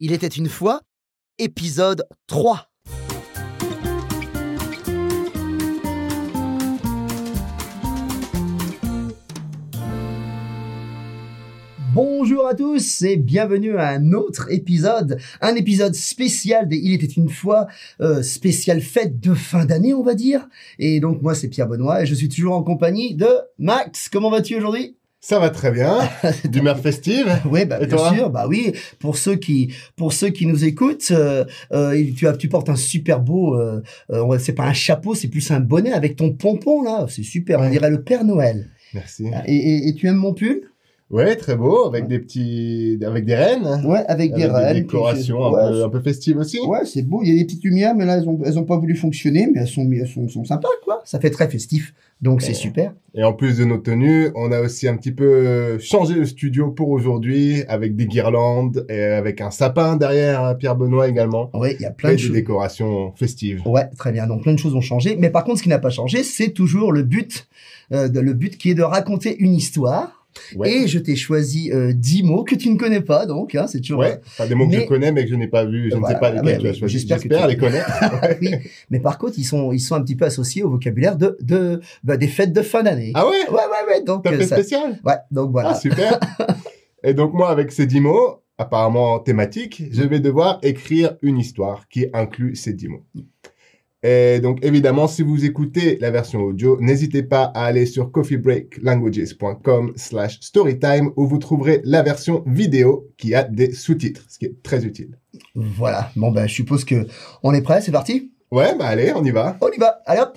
Il était une fois, épisode 3. Bonjour à tous et bienvenue à un autre épisode, un épisode spécial des Il était une fois, euh, spécial fête de fin d'année on va dire. Et donc moi c'est Pierre Benoît et je suis toujours en compagnie de Max. Comment vas-tu aujourd'hui Ça va très bien. D'humeur festive. Oui, bah, Et bien toi sûr, bah oui. Pour ceux qui, pour ceux qui nous écoutent, euh, euh, il- tu, as, tu portes un super beau. Euh, euh, ouais, c'est pas un chapeau, c'est plus un bonnet avec ton pompon là. C'est super. On Ouais. dirait le Père Noël. Merci. Et, et- et tu aimes mon pull Ouais, très beau, avec Ouais. des petits, avec des rennes, Ouais, avec, des rênes. décorations un, peu, un peu festives aussi. Ouais, c'est beau. Il y a des petites lumières, mais là elles ont, elles ont pas voulu fonctionner, mais elles sont, elles sont, sont sympas quoi. Ça fait très festif, donc c'est Ouais. super. Et en plus de nos tenues, on a aussi un petit peu changé le studio pour aujourd'hui, avec des guirlandes et avec un sapin derrière hein, Pierre Benoît également. Ouais, il y a plein Plein et de des choses. décorations festives. Ouais, très bien. Donc plein de choses ont changé, mais par contre, ce qui n'a pas changé, c'est toujours le but, euh, de- le but qui est de raconter une histoire. Ouais. Et je t'ai choisi euh, 10 mots que tu ne connais pas, donc hein, c'est toujours. Ouais, enfin, des mots que Mais- je connais mais que je n'ai pas vu, je Voilà, ne sais pas voilà, lesquels mais- tu as mais choisi. j'espère que J'espère tu- les connaître. oui. Mais par contre, ils sont, ils sont un petit peu associés au vocabulaire de, de bah, des fêtes de fin d'année. Ah ouais ouais, ouais, ouais. Donc, T'as euh, fait ça- spécial ouais, donc Ah, voilà. super. Et donc, moi, avec ces dix mots, apparemment thématiques, je vais devoir écrire une histoire qui inclut ces dix mots. Et donc, évidemment, si vous écoutez la version audio, n'hésitez pas à aller sur coffeebreaklanguages.com slash storytime où vous trouverez la version vidéo qui a des sous-titres, ce qui est très utile. voilà. Bon, ben, je suppose que on est prêt, c'est parti. Ouais, bah allez, on y va. On y va. Allez hop.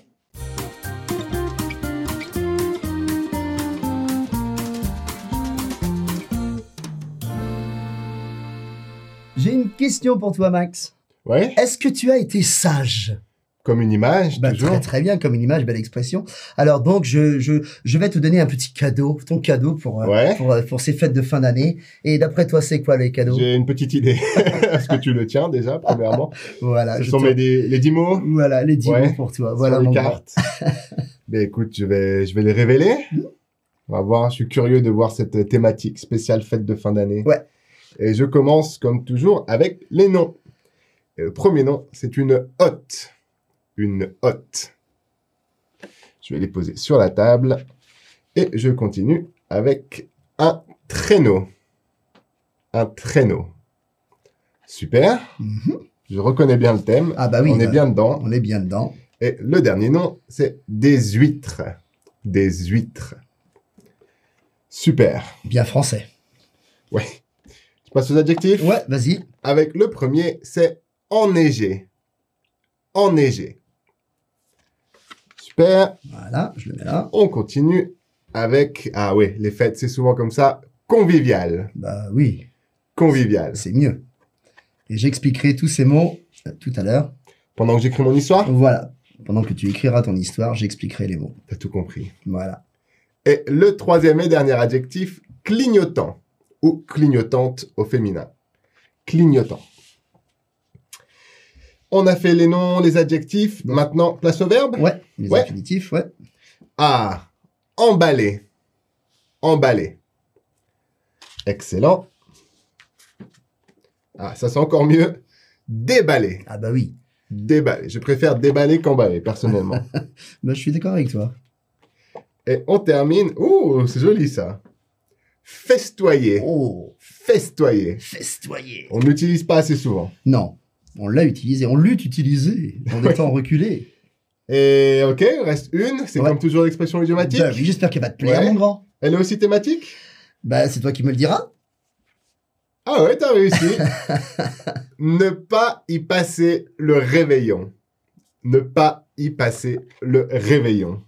J'ai une question pour toi, Max. Ouais, Est-ce que tu as été sage comme une image, Bah, toujours. très très bien comme une image, belle expression. Alors donc je, je, je vais te donner un petit cadeau, ton cadeau pour euh, Ouais. pour, euh, pour ces fêtes de fin d'année. Et d'après toi, c'est quoi les cadeaux J'ai une petite idée. Est-ce que tu le tiens déjà, premièrement Voilà, Ce Bah, je sont te- mes dix- les dix mots voilà les dix Ouais. mots pour toi. Voilà voilà les mon grand. cartes. ben écoute, je vais, je vais les révéler. Hmm. On va voir, je suis curieux de voir cette euh, thématique spéciale fête de fin d'année. Ouais. Et je commence comme toujours avec les noms. Et le premier nom, c'est une hotte. Une hotte. Je vais les poser sur la table et je continue avec un traîneau. Un traîneau. Super. Mhm. Je reconnais bien le thème. Ah bah oui, On est euh, bien dedans. on est bien dedans. Et le dernier nom, c'est des huîtres. Des huîtres. Super. Bien français. Ouais. Je passe aux adjectifs. Ouais, vas-y. Avec le premier, c'est enneigé. Enneigé. Super. Voilà, je le mets là. On continue avec. Ah oui, les fêtes, c'est souvent comme ça. Convivial. Bah oui, Convivial. c'est mieux. Et j'expliquerai tous ces mots euh, tout à l'heure. Pendant que j'écris mon histoire, Voilà. Pendant que tu écriras ton histoire, j'expliquerai les mots. t'as tout compris. Voilà. Et le troisième et dernier adjectif, clignotant ou clignotante au féminin. Clignotant. On a fait les noms, les adjectifs. Maintenant, place au verbe. Ouais, les Ouais. infinitifs, ouais. Ah, emballer. Emballer. Excellent. Ah, ça c'est encore mieux. Déballer. Ah bah oui. Déballer. Je préfère déballer qu'emballer, personnellement. Bah je suis d'accord avec toi. Et on termine. Ouh, c'est joli ça. Festoyer. Oh, Festoyer. festoyer. On n'utilise pas assez souvent. Non, on l'a utilisé, on l'eût utilisé dans des temps reculés. Et ok, il reste une. C'est Ouais. comme toujours l'expression idiomatique. Bah oui, j'espère qu'elle va te plaire, Ouais. mon grand. Elle est aussi thématique Bah, c'est toi qui me le diras. Ah ouais, t'as réussi. ne pas y passer le réveillon. Ne pas y passer le réveillon.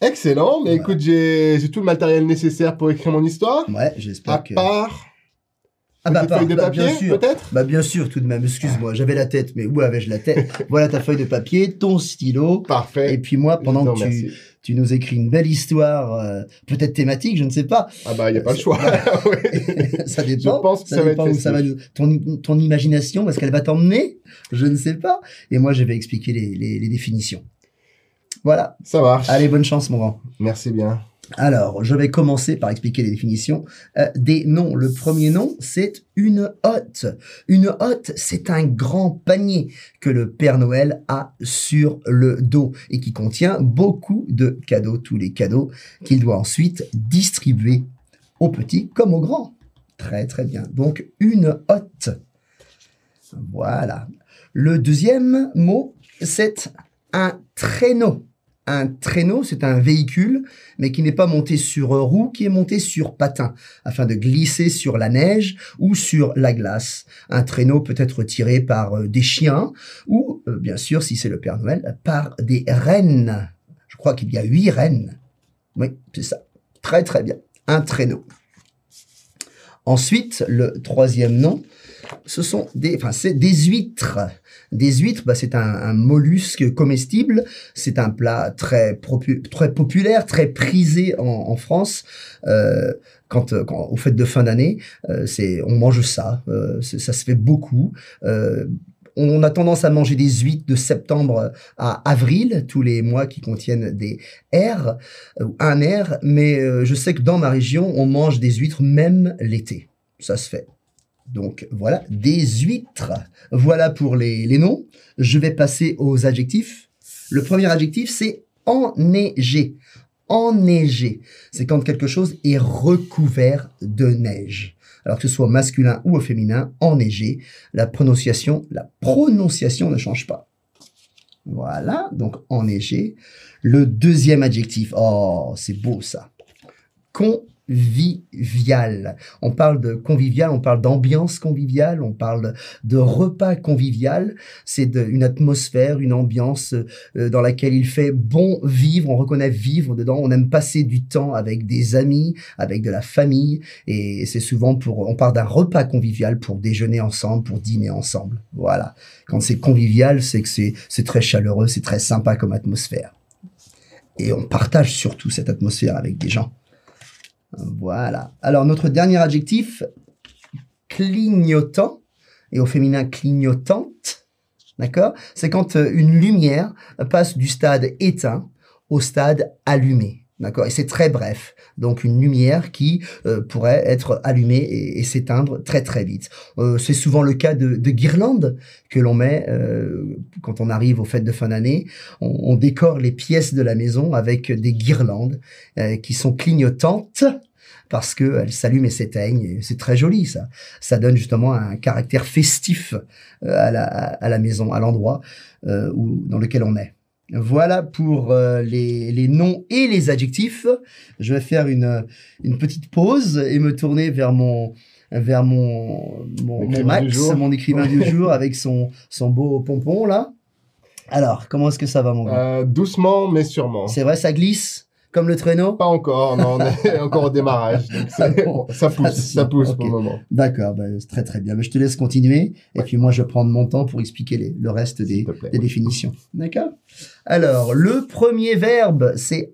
Excellent. Mais Ouais. écoute, j'ai j'ai tout le matériel nécessaire pour écrire mon histoire. Ouais, À j'espère que. part ah une feuille de bah, papier, bien sûr. peut-être Bah, bien sûr, tout de même. Excuse-moi, j'avais la tête, mais où avais-je la tête Voilà ta feuille de papier, ton stylo. Parfait. Et puis moi, Je pendant te que tu, remercie. tu nous écris une belle histoire, euh, peut-être thématique, je ne sais pas. Ah bah, il n'y a pas le C'est- choix. Ouais. ça dépend. Je pense que ça va dépend être où ça va nous- ton, ton imagination, parce qu'elle va t'emmener, je ne sais pas. Et moi, je vais expliquer les, les, les définitions. Voilà. Ça marche. Allez, bonne chance, mon grand. Merci bien. Alors, je vais commencer par expliquer les définitions euh, des noms. Le premier nom, c'est une hotte. Une hotte, c'est un grand panier que le Père Noël a sur le dos et qui contient beaucoup de cadeaux, tous les cadeaux qu'il doit ensuite distribuer aux petits comme aux grands. Très très bien. Donc, une hotte. Voilà. Le deuxième mot, c'est un traîneau. Un traîneau, c'est un véhicule, mais qui n'est pas monté sur euh, roue, qui est monté sur patin, afin de glisser sur la neige ou sur la glace. Un traîneau peut être tiré par euh, des chiens, ou, euh, bien sûr, si c'est le Père Noël, par des rennes. Je crois qu'il y a huit rennes. Oui, c'est ça. Très très bien. Un traîneau. Ensuite, le troisième nom, ce sont des, enfin, c'est des huîtres. Des huîtres, bah, c'est un, un mollusque comestible. C'est un plat très, propu- très populaire, très prisé en, en France. Euh, quand, euh, quand aux fêtes de fin d'année, euh, c'est, on mange ça. Euh, c'est- ça se fait beaucoup. Euh, on a tendance à manger des huîtres de septembre à avril, tous les mois qui contiennent des R, euh, un R, mais euh, je sais que dans ma région, on mange des huîtres même l'été. Ça se fait. Donc voilà, des huîtres. Voilà pour les, les noms. Je vais passer aux adjectifs. Le premier adjectif, c'est enneigé. Enneigé, c'est quand quelque chose est recouvert de neige. Alors que ce soit au masculin ou au féminin, enneigé, la prononciation, la prononciation ne change pas. Voilà, donc enneigé. Le deuxième adjectif, oh, c'est beau ça. Convivial. On parle de convivial, on parle d'ambiance conviviale, on parle de repas convivial. C'est de- une atmosphère, une ambiance euh, dans laquelle il fait bon vivre. On reconnaît vivre dedans. On aime passer du temps avec des amis, avec de la famille. Et c'est souvent pour, on parle d'un repas convivial pour déjeuner ensemble, pour dîner ensemble. Voilà. Quand c'est convivial, c'est que c'est, c'est très chaleureux, c'est très sympa comme atmosphère. Et on partage surtout cette atmosphère avec des gens. Voilà. Alors, notre dernier adjectif, clignotant, et au féminin clignotante, d'accord C'est quand euh, une lumière passe du stade éteint au stade allumé, d'accord Et c'est très bref. Donc, une lumière qui euh, pourrait être allumée et, et s'éteindre très très vite. Euh, c'est souvent le cas de, de guirlandes que l'on met euh, quand on arrive aux fêtes de fin d'année. On, on décore les pièces de la maison avec des guirlandes euh, qui sont clignotantes parce qu'elles s'allument et s'éteignent. Et C'est très joli, ça. Ça donne justement un caractère festif euh, à la, à la maison, à l'endroit euh, où, dans lequel on est. Voilà pour euh, les, les noms et les adjectifs. Je vais faire une, une petite pause et me tourner vers mon vers mon, mon, mon L'écrivain du Max, jour. mon écrivain du jour, avec son, son beau pompon, là. Alors, comment est-ce que ça va, mon gars Euh, doucement, mais sûrement. C'est vrai, ça glisse Comme le traîneau Pas encore, non, on est encore au démarrage. donc c'est- Ah bon. ça pousse, ça pousse pour Ok. le moment. D'accord, ben, c'est très très bien. Ben, je te laisse continuer et puis moi je vais prendre mon temps pour expliquer les- le reste des, S'il te plaît. des définitions. D'accord Alors, le premier verbe, c'est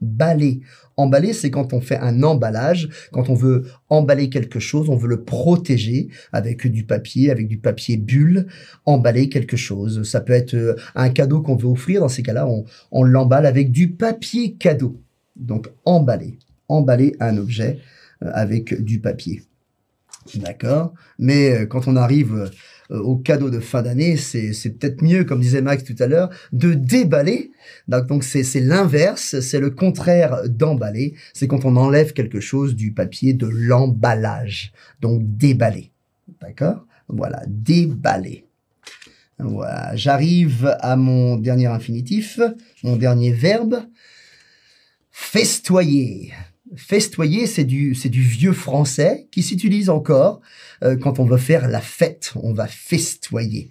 emballer. Emballer, c'est quand on fait un emballage, quand on veut emballer quelque chose, on veut le protéger avec du papier, avec du papier bulle, emballer quelque chose. Ça peut être euh, un cadeau qu'on veut offrir, dans ces cas-là, on, on l'emballe avec du papier cadeau. Donc, emballer. Emballer un objet euh, avec du papier. D'accord Mais euh, quand on arrive euh, euh, au cadeau de fin d'année, c'est c'est peut-être mieux, comme disait Max tout à l'heure, de déballer. Donc donc c'est c'est l'inverse, c'est le contraire d'emballer. C'est quand on enlève quelque chose du papier, de l'emballage. Donc déballer. D'accord Voilà, déballer. Voilà, j'arrive à mon dernier infinitif, mon dernier verbe. Festoyer. Festoyer, c'est du, c'est du vieux français qui s'utilise encore euh, quand on veut faire la fête. On va festoyer.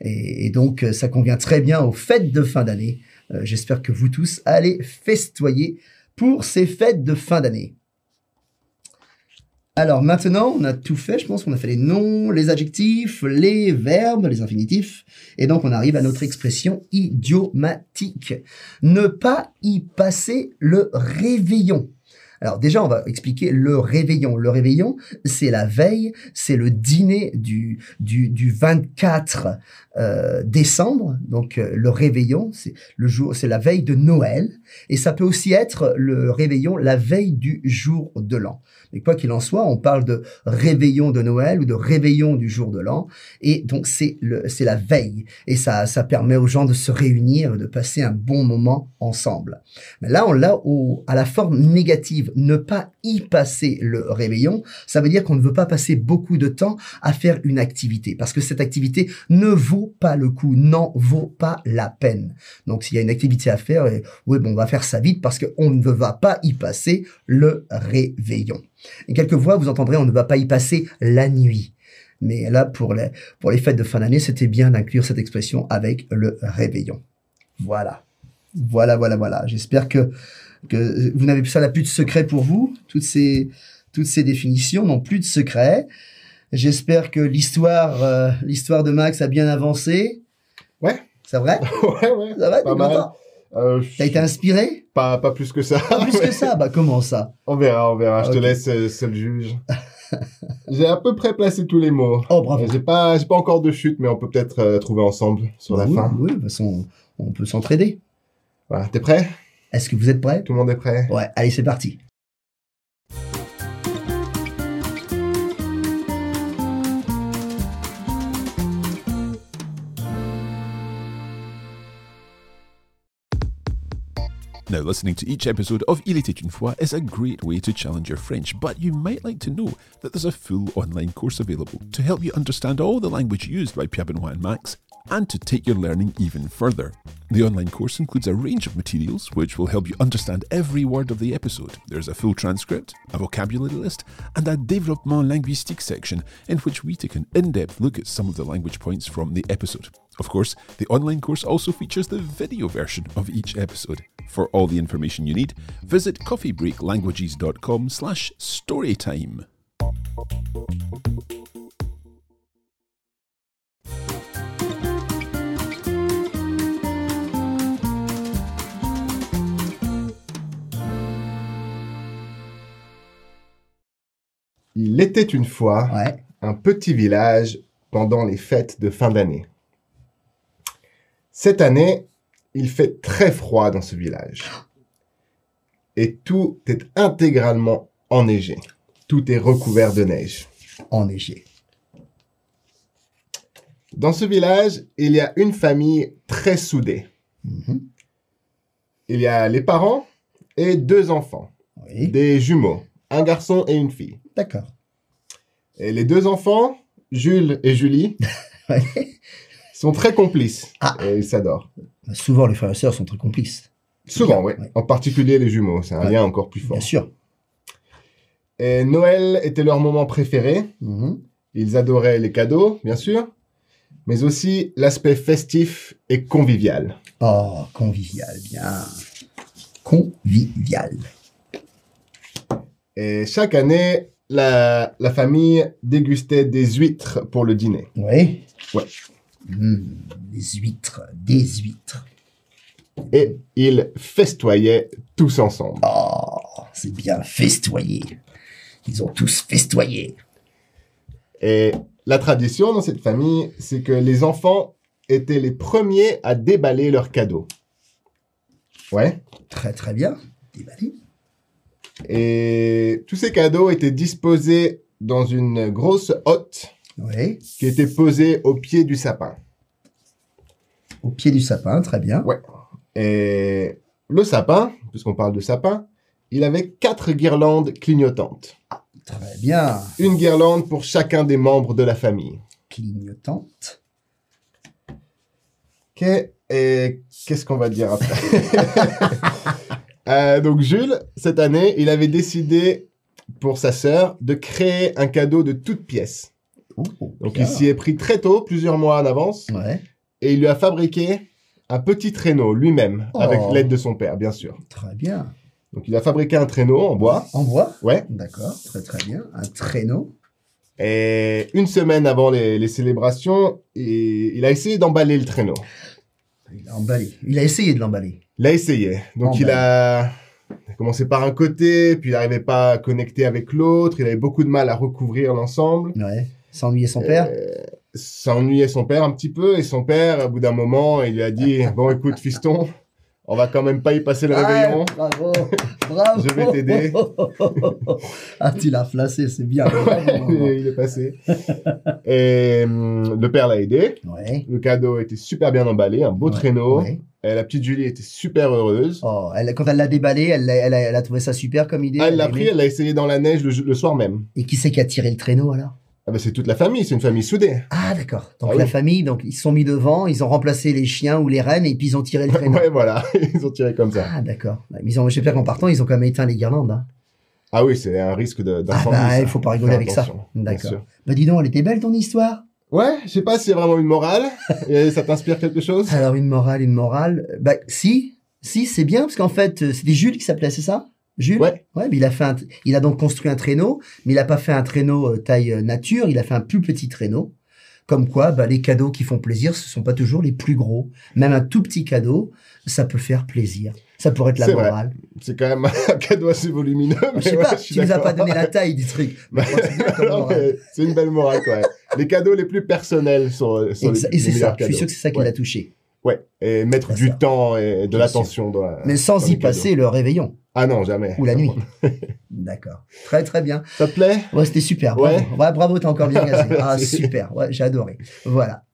Et, et donc, euh, ça convient très bien aux fêtes de fin d'année. Euh, J'espère que vous tous allez festoyer pour ces fêtes de fin d'année. Alors maintenant, on a tout fait. Je pense qu'on a fait les noms, les adjectifs, les verbes, les infinitifs. Et donc, on arrive à notre expression idiomatique. Ne pas y passer le réveillon. Alors déjà, on va expliquer le réveillon. Le réveillon, c'est la veille, c'est le dîner du, du, du 24 euh, décembre. Donc euh, le réveillon, c'est le jour, c'est la veille de Noël. Et ça peut aussi être le réveillon la veille du jour de l'an. Mais quoi qu'il en soit, on parle de réveillon de Noël ou de réveillon du jour de l'an. Et donc c'est le, c'est la veille. Et ça, ça permet aux gens de se réunir, de passer un bon moment ensemble. Mais là, on l'a au, à la forme négative. Ne pas y passer le réveillon, ça veut dire qu'on ne veut pas passer beaucoup de temps à faire une activité. Parce que cette activité ne vaut pas le coup, n'en vaut pas la peine. Donc s'il y a une activité à faire, et, oui, bon, on va faire ça vite parce qu'on ne va pas y passer le réveillon. Et quelques fois, vous entendrez, on ne va pas y passer la nuit. Mais là, pour les, pour les fêtes de fin d'année, c'était bien d'inclure cette expression avec le réveillon. Voilà. Voilà, voilà, voilà. J'espère que, que vous n'avez plus ça, n'a plus de secret pour vous. Toutes ces, toutes ces définitions n'ont plus de secret. J'espère que l'histoire, euh, l'histoire de Max a bien avancé. Ouais. C'est vrai? ouais, ouais. Ça va? T'es Pas mal. Ah content Euh, je- T'as été inspiré? pas, pas plus que ça. Pas plus que ça. Bah, comment ça? On verra, on verra. Je Ok. te laisse euh, seul juge. J'ai à peu près placé tous les mots. Euh, Oh, bravo. J'ai pas, j'ai pas encore de chute, mais on peut peut-être euh, trouver ensemble sur la Oui, fin. Oui, de toute façon, on peut s'entraider. Voilà, t'es prêt Est-ce que vous êtes prêts? Tout le monde est prêt Ouais, allez, c'est parti. Now, listening to each episode of Il était une fois is a great way to challenge your French, but you might like to know that there's a full online course available to help you understand all the language used by Pierre Benoit and Max and to take your learning even further. The online course includes a range of materials which will help you understand every word of the episode. There's a full transcript, a vocabulary list, and a développement linguistique section in which we take an in-depth look at some of the language points from the episode. Of course, the online course also features the video version of each episode. For all the information you need, visit coffeebreaklanguages.com slash storytime. Il était une fois Ouais. un petit village pendant les fêtes de fin d'année. Cette année, il fait très froid dans ce village. Et tout est intégralement enneigé. Tout est recouvert de neige. Enneigé. Dans ce village, il y a une famille très soudée. Mhm. Il y a les parents et deux enfants, Oui. des jumeaux, un garçon et une fille. D'accord. Et les deux enfants, Jules et Julie, Ouais. sont très complices. Ah. Et ils s'adorent. Bah, Souvent, les frères et sœurs sont très complices. Souvent, oui. Ouais. En particulier les jumeaux, c'est un Ouais. lien encore plus fort. Bien sûr. Et Noël était leur moment préféré. Mhm. Ils adoraient les cadeaux, bien sûr, mais aussi l'aspect festif et convivial. Oh, convivial, bien. Convivial. Et chaque année, la, la famille dégustait des huîtres pour le dîner. Oui. Ouais. Mhm. Des huîtres, des huîtres. Et ils festoyaient tous ensemble. Oh, c'est bien festoyé. Ils ont tous festoyé. Et la tradition dans cette famille, c'est que les enfants étaient les premiers à déballer leurs cadeaux. Ouais. Très, très bien. Déballé. Et tous ces cadeaux étaient disposés dans une grosse hotte Oui. qui était posée au pied du sapin. Au pied du sapin, très bien. Et le sapin, puisqu'on parle de sapin, il avait quatre guirlandes clignotantes. Très bien. Une guirlande pour chacun des membres de la famille. Clignotante. Ok, et qu'est-ce qu'on va dire après Euh, Donc Jules, cette année, il avait décidé pour sa sœur de créer un cadeau de toutes pièces. Oh, Donc bien. il s'y est pris très tôt, plusieurs mois en avance. Ouais. et il lui a fabriqué un petit traîneau lui-même, Oh. avec l'aide de son père, bien sûr. Très bien. Donc il a fabriqué un traîneau en bois, En bois ouais, D'accord, très très bien. Un traîneau. et une semaine avant les, les célébrations, il, il a essayé d'emballer le traîneau. Il a emballé. Il a essayé de l'emballer. ben. Il a essayé, donc il a, Il commençait par un côté, puis il n'arrivait pas à connecter avec l'autre. Il avait beaucoup de mal à recouvrir l'ensemble. Ouais. S'ennuyer son père. Euh, S'ennuyait son père un petit peu. Et son père, au bout d'un moment, il lui a dit Bon, écoute, fiston, on va quand même pas y passer le réveillon. Ah, bravo, bravo. Je vais t'aider. ah, tu l'as flacé, c'est bien. Et il est passé. Et hum, le père l'a aidé. ouais. Le cadeau était super bien emballé, un beau Ouais, traîneau. ouais. Et la petite Julie était super heureuse. Oh, elle, quand elle l'a déballé, elle, l'a- elle, a- elle a trouvé ça super comme idée. Ah, elle l'a aimé. pris, elle l'a essayé dans la neige le, le soir même. Et qui c'est qui a tiré le traîneau alors Ah bah, c'est toute la famille, c'est une famille soudée. Ah, d'accord. Donc Ah la oui. famille, donc ils se sont mis devant, ils ont remplacé les chiens ou les rennes et puis ils ont tiré le traîneau. Ouais, voilà, ils ont tiré comme ça. Ah, d'accord. Ouais, mais Ils ont, j'espère qu'en partant, ils ont quand même éteint les guirlandes. hein. Ah oui, c'est un risque de- Ah d'incendie. bah, ça. il faut pas rigoler Faire avec ça. attention, bien D'accord. sûr. Bah dis donc, elle était belle ton histoire. Ouais, je sais pas si c'est vraiment une morale. Et ça t'inspire quelque chose Alors une morale, une morale. Euh, Bah si, si, c'est bien parce qu'en fait, euh, c'était Jules qui s'appelait, c'est ça Jules. Ouais. Ouais, mais il a fait, un tr- il a donc construit un traîneau, mais il a pas fait un traîneau euh, taille euh, nature. Il a fait un plus petit traîneau. Comme quoi, bah, les cadeaux qui font plaisir, ce sont pas toujours les plus gros. Même un tout petit cadeau, ça peut faire plaisir. Ça pourrait être la C'est vrai. morale. C'est quand même un cadeau assez volumineux. Je sais mais ouais, pas, je suis tu nous as d'accord. pas donné la taille du truc. Mais je crois que c'est bien comme Non, morale. mais C'est une belle morale quand même. les cadeaux les plus personnels sont, sont Et ça- les, Et c'est ça, les meilleurs je suis cadeaux. sûr que c'est ça qui Ouais. l'a touché. Ouais, et mettre C'est du ça. temps et de Bien l'attention dans la- Mais dans sans les y cadeaux. passer le réveillon Ah non, jamais. ou la nuit. D'accord. Très très bien. Ça te plaît Ouais, c'était super. Ouais. Bravo, ouais, bravo t'as encore bien gagné. Ah, Merci. super. Ouais, j'ai adoré. Voilà.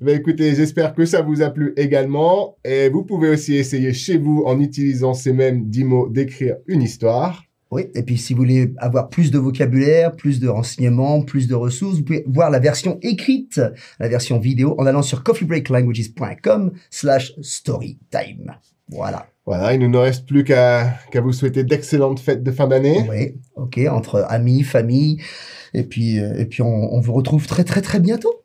Bah écoutez, j'espère que ça vous a plu également. Et vous pouvez aussi essayer chez vous en utilisant ces mêmes 10 mots d'écrire une histoire. Oui, et puis si vous voulez avoir plus de vocabulaire, plus de renseignements, plus de ressources, vous pouvez voir la version écrite, la version vidéo, en allant sur coffeebreaklanguages.com slash storytime. Voilà. Voilà, il ne nous reste plus qu'à qu'à vous souhaiter d'excellentes fêtes de fin d'année. Oui, ok, entre amis, famille, et puis, euh, et puis on- on vous retrouve très très très bientôt.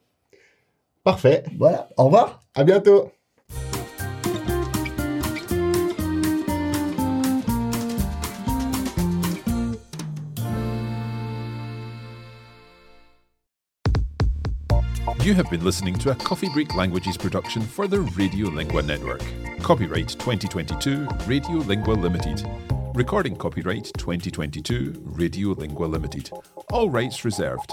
Parfait, Voilà, au revoir. à bientôt You have been listening to a Coffee Break Languages production for the Radiolingua Network. Copyright 2022 Radiolingua Limited. Recording copyright 2022 Radiolingua Limited. All rights reserved.